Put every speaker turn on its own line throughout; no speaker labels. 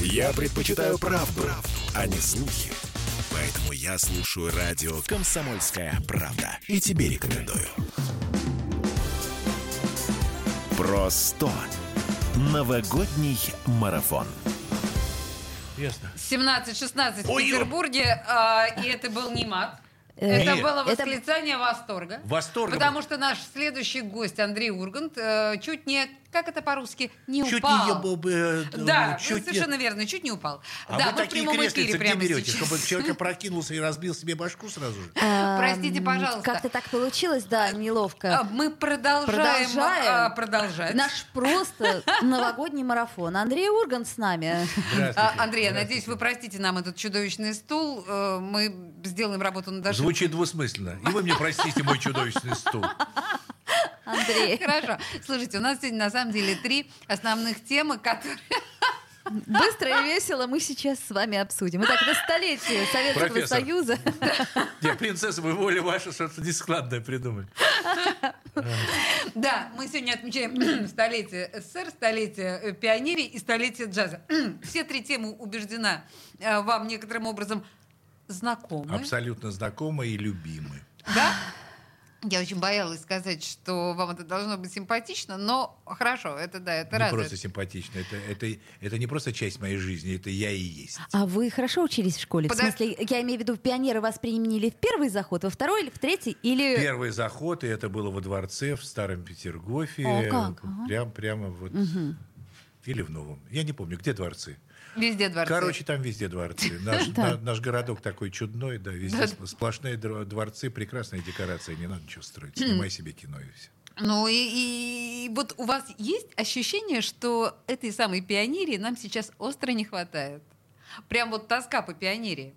Я предпочитаю правду, правду, а не слухи. Поэтому я слушаю радио «Комсомольская правда». И тебе рекомендую. Просто новогодний марафон.
Ясно.
17-16 в
Ой, ё-
Петербурге, а, и это был не мат. Это
Нет.
было
Э, Это-
восклицание восторга.
Восторга.
Потому что наш следующий гость Андрей Ургант э, чуть не, как это по-русски, не
Чуть не
упал.
ебал, э,
Да,
э, чуть
вы
не-
совершенно верно, чуть не упал.
А
да,
вы такие креслицы где
прямо
берете,
сейчас. А,
чтобы человек прокинулся и разбил себе башку сразу же?
Эм,
Простите, пожалуйста.
Как-то так получилось, да,
А,
неловко.
Мы продолжаем,
Продолжаем.
а, продолжать.
Наш просто новогодний марафон. Андрей Ургант с нами.
А,
Здравствуйте.
Андрей, я надеюсь, вы простите нам этот чудовищный стул. Э, Мы сделаем работу над ошибкой.
Звучит двусмысленно. И вы мне простите мой чудовищный стул.
Андрей,
Хорошо. Слушайте, у нас сегодня на самом деле три основных темы, которые...
быстро и весело мы сейчас с вами обсудим. Итак, это столетие Советского
Профессор.
Союза.
Нет, принцесса, вы воля ваша что-то нескладное придумали.
Да, мы сегодня отмечаем столетие СССР, столетие э, пионерии и столетие джаза. Все три темы, убеждена, э, вам некоторым образом знакомы.
Абсолютно знакомые и любимые.
Да? Я очень боялась сказать, что вам это должно быть симпатично, но хорошо, это да, это
Не
раз.
просто симпатично. Это, это, это не просто часть моей жизни, это я и есть.
А вы хорошо учились в школе?
Подо-
В смысле, я имею в виду, пионеры вас применили в первый заход, во второй или в третий? Или...
Первый заход, и это было во дворце в Старом Петергофе.
О, как? Ага.
Прям, прямо вот... Или в Новом. Я не помню, где дворцы.
Везде дворцы.
Короче, там везде дворцы. Наш, на- наш городок такой чудной, да, везде
Да.
сп- сплошные др- дворцы, прекрасная декорация, не надо
Хм.
ничего строить. Снимай себе кино и все.
Ну и, и вот у вас есть ощущение, что этой самой пионерии нам сейчас остро не хватает? Прям вот тоска по пионерии.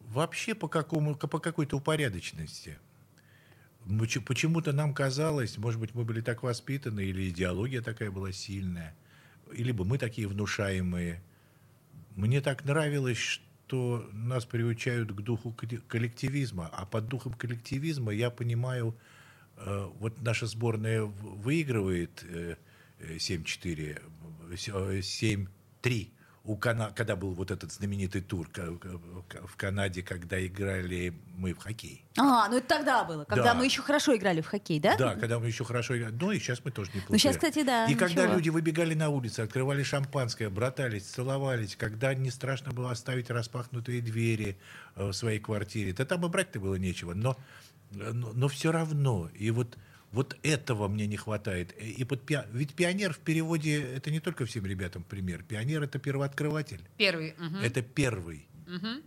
Вообще по, какому, по какой-то упорядоченности. Ну, че- Почему-то нам казалось, может быть, мы были так воспитаны, или идеология такая была сильная, или бы мы такие внушаемые. Мне так нравилось, что нас приучают к духу колле- коллективизма, а под духом коллективизма я понимаю, э, вот наша сборная в- выигрывает э, э, 7-4, э, с- э, 7-3. У Кана- Когда был вот этот знаменитый тур ка- ка- в Канаде, когда играли мы в хоккей.
А, ну это тогда было, когда
Да.
мы еще хорошо играли в хоккей, да?
Да, когда мы еще хорошо играли. Ну и сейчас мы тоже неплохо.
Ну, щас,
играем.
кстати, да,
И когда
ничего.
люди выбегали на улицу, открывали шампанское, братались, целовались, когда не страшно было оставить распахнутые двери э, в своей квартире. Да там и брать-то было нечего. Но, э, но, все равно. И вот вот этого мне не хватает. Э, И под пиа- Ведь пионер в переводе это не только всем ребятам пример. Пионер это первооткрыватель.
Первый. мгм.
Это первый.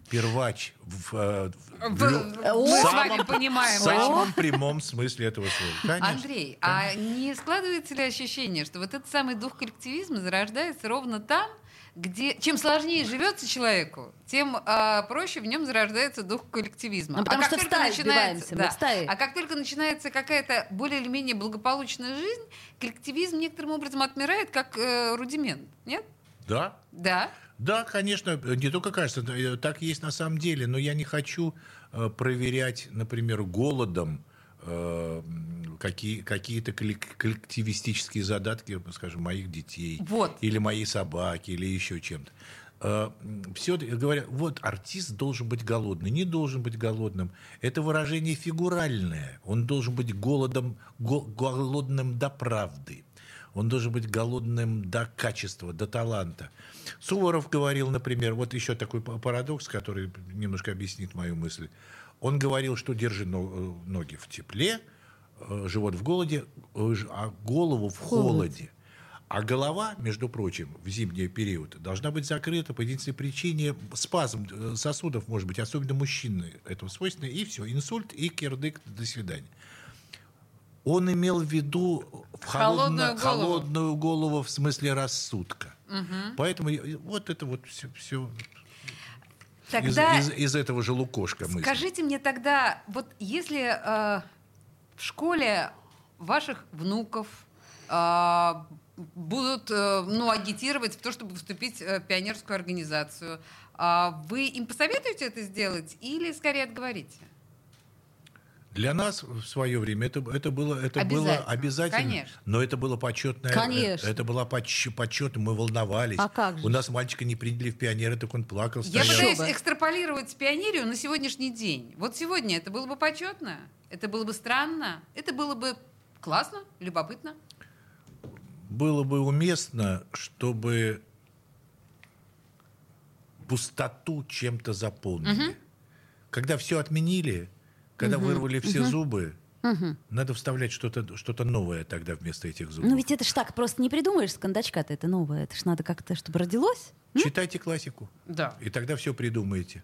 Первач в, э, в-
В-
в лю-
в- мы
в
с
самом-
вами понимаем,
в
о чем.
самом прямом смысле этого слова. Конечно.
Андрей, а не складывается ли ощущение, что вот этот самый дух коллективизма зарождается ровно там, где чем сложнее живется человеку, тем а, проще в нем зарождается дух коллективизма. А
Ну, потому
как
что в
только
стае
начинается-
сбиваемся, мы в стае.
А как только начинается какая-то более или менее благополучная жизнь, коллективизм некоторым образом отмирает как э, рудимент, нет?
Да,
Да.
да, конечно, не только кажется, да, э, так есть на самом деле, но я не хочу э, проверять, например, голодом э, м, какие, какие-то коллек- коллективистические задатки, скажем, моих детей,
Вот.
или моей собаки, или еще чем-то. Э, Все говорят, вот артист должен быть голодный, не должен быть голодным. Это выражение фигуральное. Он должен быть голодом, го- голодным до правды. Он должен быть голодным до качества, до таланта. Суворов говорил, например, вот еще такой п- парадокс, который немножко объяснит мою мысль. Он говорил, что держи но- э, ноги в тепле, э, живот в голоде, э, ж- а голову в холоде. А голова, между прочим, в зимний период должна быть закрыта по единственной причине спазм э, сосудов, может быть, особенно мужчины этого свойственно, и все, инсульт и кирдык, до свидания. Он имел в виду в холодно-
Холодную
холодную,
голову.
голову. в смысле рассудка. Поэтому я- и вот это вот все, из,
Тогда
из- из этого же лукошка мысли.
Скажите мне тогда, вот если э, в школе ваших внуков э, будут э, ну, агитировать в то, чтобы вступить э, в пионерскую организацию, а вы им посоветуете это сделать или скорее отговорите?
Для нас в свое время это, это было это было
Обязательно,
обязательно,
конечно.
но это было почетное.
Конечно.
Это было поч- почетно, мы волновались.
А как же?
У нас мальчика не приняли в пионеры, так он плакал.
Я
стоял.
пытаюсь
бы.
экстраполировать пионерию на сегодняшний день. Вот сегодня это было бы почетно, это было бы странно, это было бы классно, любопытно.
Было бы уместно, чтобы пустоту чем-то заполнили. Когда все отменили, когда вырвали все зубы, надо вставлять что-то что-то новое тогда вместо этих зубов.
Ну ведь это ж так просто не придумаешь с кондачка-то, это новое. Это ж надо как-то, чтобы родилось.
Читайте классику,
Да,
и тогда все придумаете.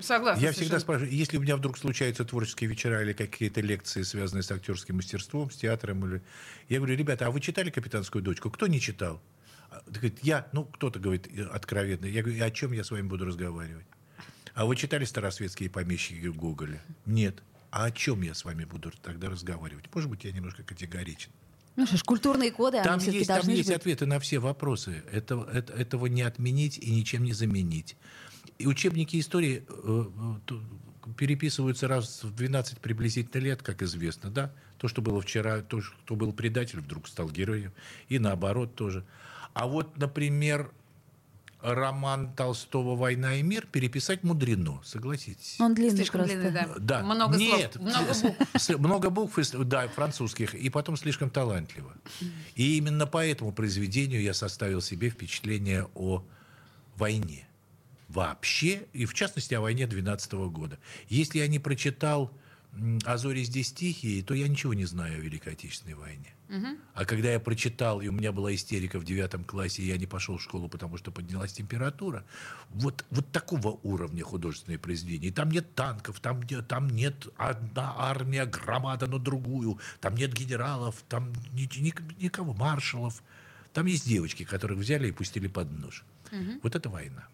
согласна.
Я всегда
совершенно.
спрашиваю, если у меня вдруг случаются творческие вечера или какие-то лекции, связанные с актерским мастерством, с театром, или... я говорю, ребята, а вы читали «Капитанскую дочку»? Кто не читал? А, так Говорит, я, ну, кто-то говорит э, откровенно. Я говорю, «И о чем я с вами буду разговаривать? А вы читали «Старосветские помещики» Гоголя? Нет. А о чем я с вами буду тогда разговаривать? Может быть, я немножко категоричен.
Ну что ж, культурные коды,
Там
они все-таки
есть, там
должны
есть
быть.
ответы на все вопросы. Это, это- этого не отменить и ничем не заменить. И учебники истории э, э, ту- переписываются раз в 12 приблизительно лет, как известно, да? То, что было вчера, то, ш- кто был предатель, вдруг стал героем. И наоборот тоже. А вот, например, роман Толстого «Война и мир» переписать мудрено, согласитесь.
Ну,
Он длинный
Слишком
просто.
длинный, да.
Да.
Много
Нет.
слов, много букв.
С- Много букв, и с- да, французских, и потом слишком талантливо. И именно по этому произведению я составил себе впечатление о войне. Вообще, и в частности о войне 12 года. Если я не прочитал м, «А зори здесь тихие», то я ничего не знаю о Великой Отечественной войне. А когда я прочитал, и у меня была истерика в девятом классе, и я не пошел в школу, потому что поднялась температура, вот, вот такого уровня художественные произведения. И там нет танков, там, не- там нет одна армия, громада на другую, там нет генералов, там ни- ни- никого, маршалов. Там есть девочки, которых взяли и пустили под нож. Вот это война.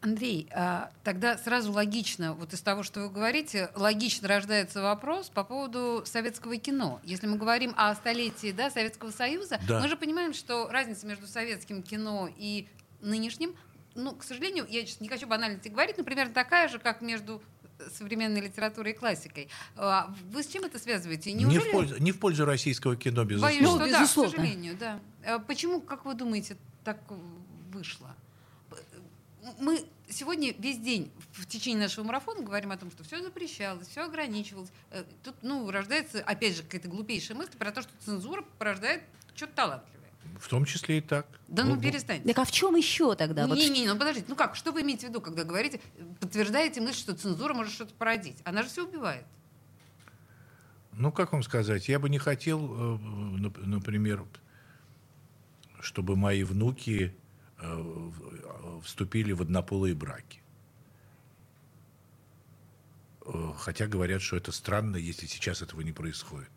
Андрей, а, тогда сразу логично, вот из того, что вы говорите, логично рождается вопрос по поводу советского кино. Если мы говорим о столетии да, Советского Союза,
Да.
мы же понимаем, что разница между советским кино и нынешним, ну, к сожалению, я сейчас не хочу банальности говорить, но примерно такая же, как между современной литературой и классикой. А Вы с чем это связываете?
Не в,
Неужели...
пользу, не в пользу российского кино,
Боюсь,
безусловно.
что
Ну,
да,
безусловно.
к сожалению, да. А Почему, как вы думаете, так вышло? Мы сегодня весь день в течение нашего марафона говорим о том, что все запрещалось, все ограничивалось. Э, Тут, ну, рождается, опять же, какая-то глупейшая мысль про то, что цензура порождает что-то талантливое.
В том числе и так.
Да ну,
Ну,
перестаньте.
Так а в чем еще тогда? Вот
Не-не-не, ну подождите, ну как, что вы имеете в виду, когда говорите, э, подтверждаете мысль, что цензура может что-то породить? Она же все убивает.
Ну, как вам сказать, я бы не хотел, э, нап- например, чтобы мои внуки э, в- э, вступили в однополые браки. Э, Хотя говорят, что это странно, если сейчас этого не происходит.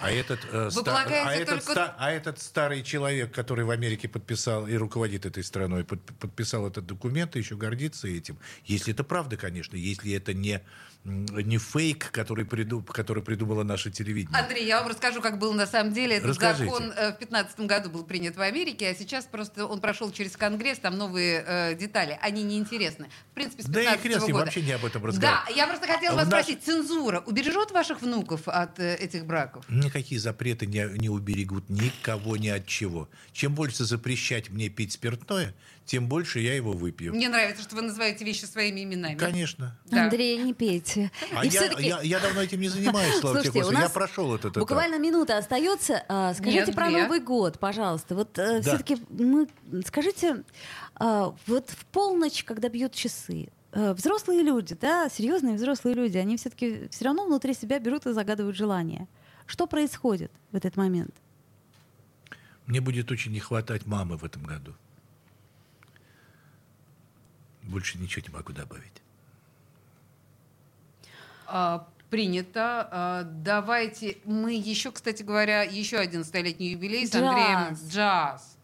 А этот, э, ста-
полагаете,
а, этот
только-
ста- а этот старый человек, который в Америке подписал и руководит этой страной, под- подписал этот документ и еще гордится этим. Если это правда, конечно, если это не, м, не фейк, который, приду- который придумало наше телевидение.
Андрей, я вам расскажу, как был на самом деле. Этот
Расскажите.
закон э, в 2015 году был принят в Америке, а сейчас просто он прошел через Конгресс, там новые э, детали. Они неинтересны. В принципе, с
Да и
15
хрен с ним,
года.
вообще не об этом
Да,
разговаривать.
я просто хотела
В
вас
наш-
спросить, цензура убережет ваших внуков от э, этих браков?
Никакие запреты не, не уберегут никого ни от чего. Чем больше запрещать мне пить спиртное, тем больше я его выпью.
Мне нравится, что вы называете вещи своими именами.
Конечно.
Да.
Андрей, не пейте.
А
И
я,
всё-таки-
я- я давно этим не занимаюсь, слава тебе,
Слушайте, у
Господи. Я
нас
прошел этот этап.
Буквально минута остается. А, Скажите
Нет,
про
две.
Новый год, пожалуйста. Вот
Да.
все-таки мы скажите, а, вот в полночь, когда бьют часы, э, взрослые люди, да, серьезные взрослые люди, они все-таки все равно внутри себя берут и загадывают желания. Что происходит в этот момент?
Мне будет очень не хватать мамы в этом году. Больше ничего не могу добавить.
А, Принято. А, Давайте мы еще, кстати говоря, еще один столетний юбилей с
Джаз.
Андреем. Джаз.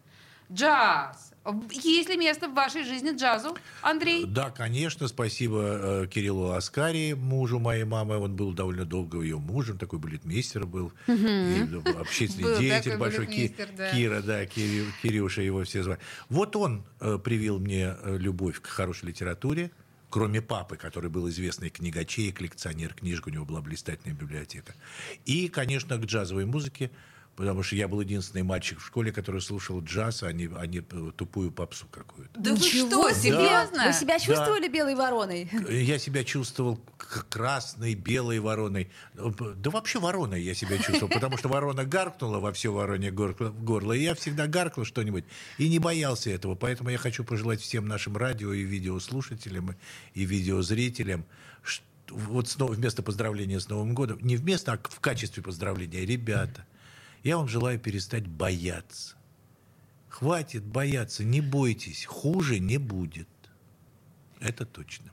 Джаз. Есть ли место в вашей жизни джазу, Андрей?
Да, конечно, спасибо э, Кириллу Аскари, мужу моей мамы. Он был довольно долго ее мужем, такой балетмейстер был, и, ну, общественный
Был
деятель
такой
большой. Ки-
балетмейстер, да.
Кира, да, Кири- Кирюша его все звали. Вот он э, привил мне э, любовь к хорошей литературе. кроме папы, который был известный книгачей, коллекционер книжек, у него была блистательная библиотека. И, конечно, к джазовой музыке, потому что я был единственный мальчик в школе, который слушал джаз, а не, а не э, тупую попсу какую-то.
Да вы
Ничего
что,
себе!
серьезно?
Вы себя чувствовали белой вороной?
э, Я себя чувствовал к- красной, белой вороной. Э, Да вообще вороной я себя чувствовал, потому что ворона гаркнула во все воронье гор- э, горло, и я всегда гаркнул что-нибудь и не боялся этого. Поэтому я хочу пожелать всем нашим радио и видеослушателям и видеозрителям, ш- вот снова вместо поздравления с Новым годом, не вместо, а к- в качестве поздравления, ребята, я вам желаю перестать бояться. Хватит бояться, не бойтесь, хуже не будет. Это точно.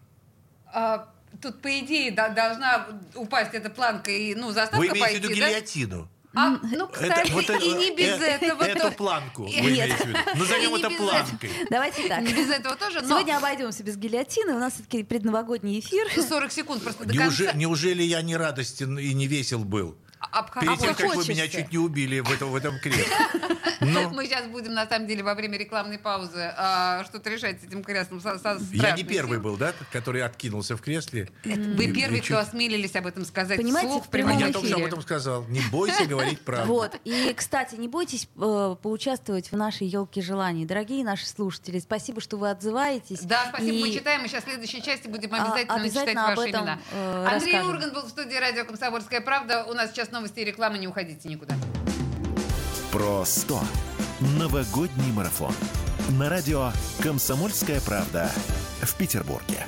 А, тут, по идее, да- должна упасть эта планка и, ну, заставка
Вы имеете в виду
пойти, да?
гильотину?
А, ну, кстати,
вот
и не без
э-
этого
Эту
тоже.
планку вы
Нет.
имеете в виду. Назовем
И не
это
без
планкой.
Давайте так.
Не без этого тоже, но
Сегодня обойдемся без гильотины. У нас все-таки предновогодний эфир.
40 секунд просто до
Неуже-
конца.
Неужели я не радостен и не весел был?
Обхо-
Перед тем,
обхо-
как вы меня
хочется.
чуть не убили в этом, в этом кресле.
Мы сейчас будем, на самом деле, во время рекламной паузы а, что-то решать с этим крестом. со- со
Я не
страшной
первый
силой.
был, да, который откинулся в кресле?
Вы первый,
Ничего.
кто осмелились об этом сказать
Понимаете,
вслух в
в
А
прямом
я
эфире.
прямом
только что об этом сказал. Не бойся говорить правду.
Вот. И, кстати, не бойтесь э, поучаствовать в нашей елке желаний. Дорогие наши слушатели, спасибо, что вы отзываетесь.
Да, спасибо,
И
мы читаем, и сейчас в следующей части будем
А,
обязательно,
обязательно
читать
об
ваши
этом,
имена.
э,
Андрей
расскажем.
Ургант был в студии радио «Комсомольская правда». У нас сейчас новости и реклама, не уходите никуда.
Про 100. Новогодний марафон. На радио «Комсомольская правда» в Петербурге.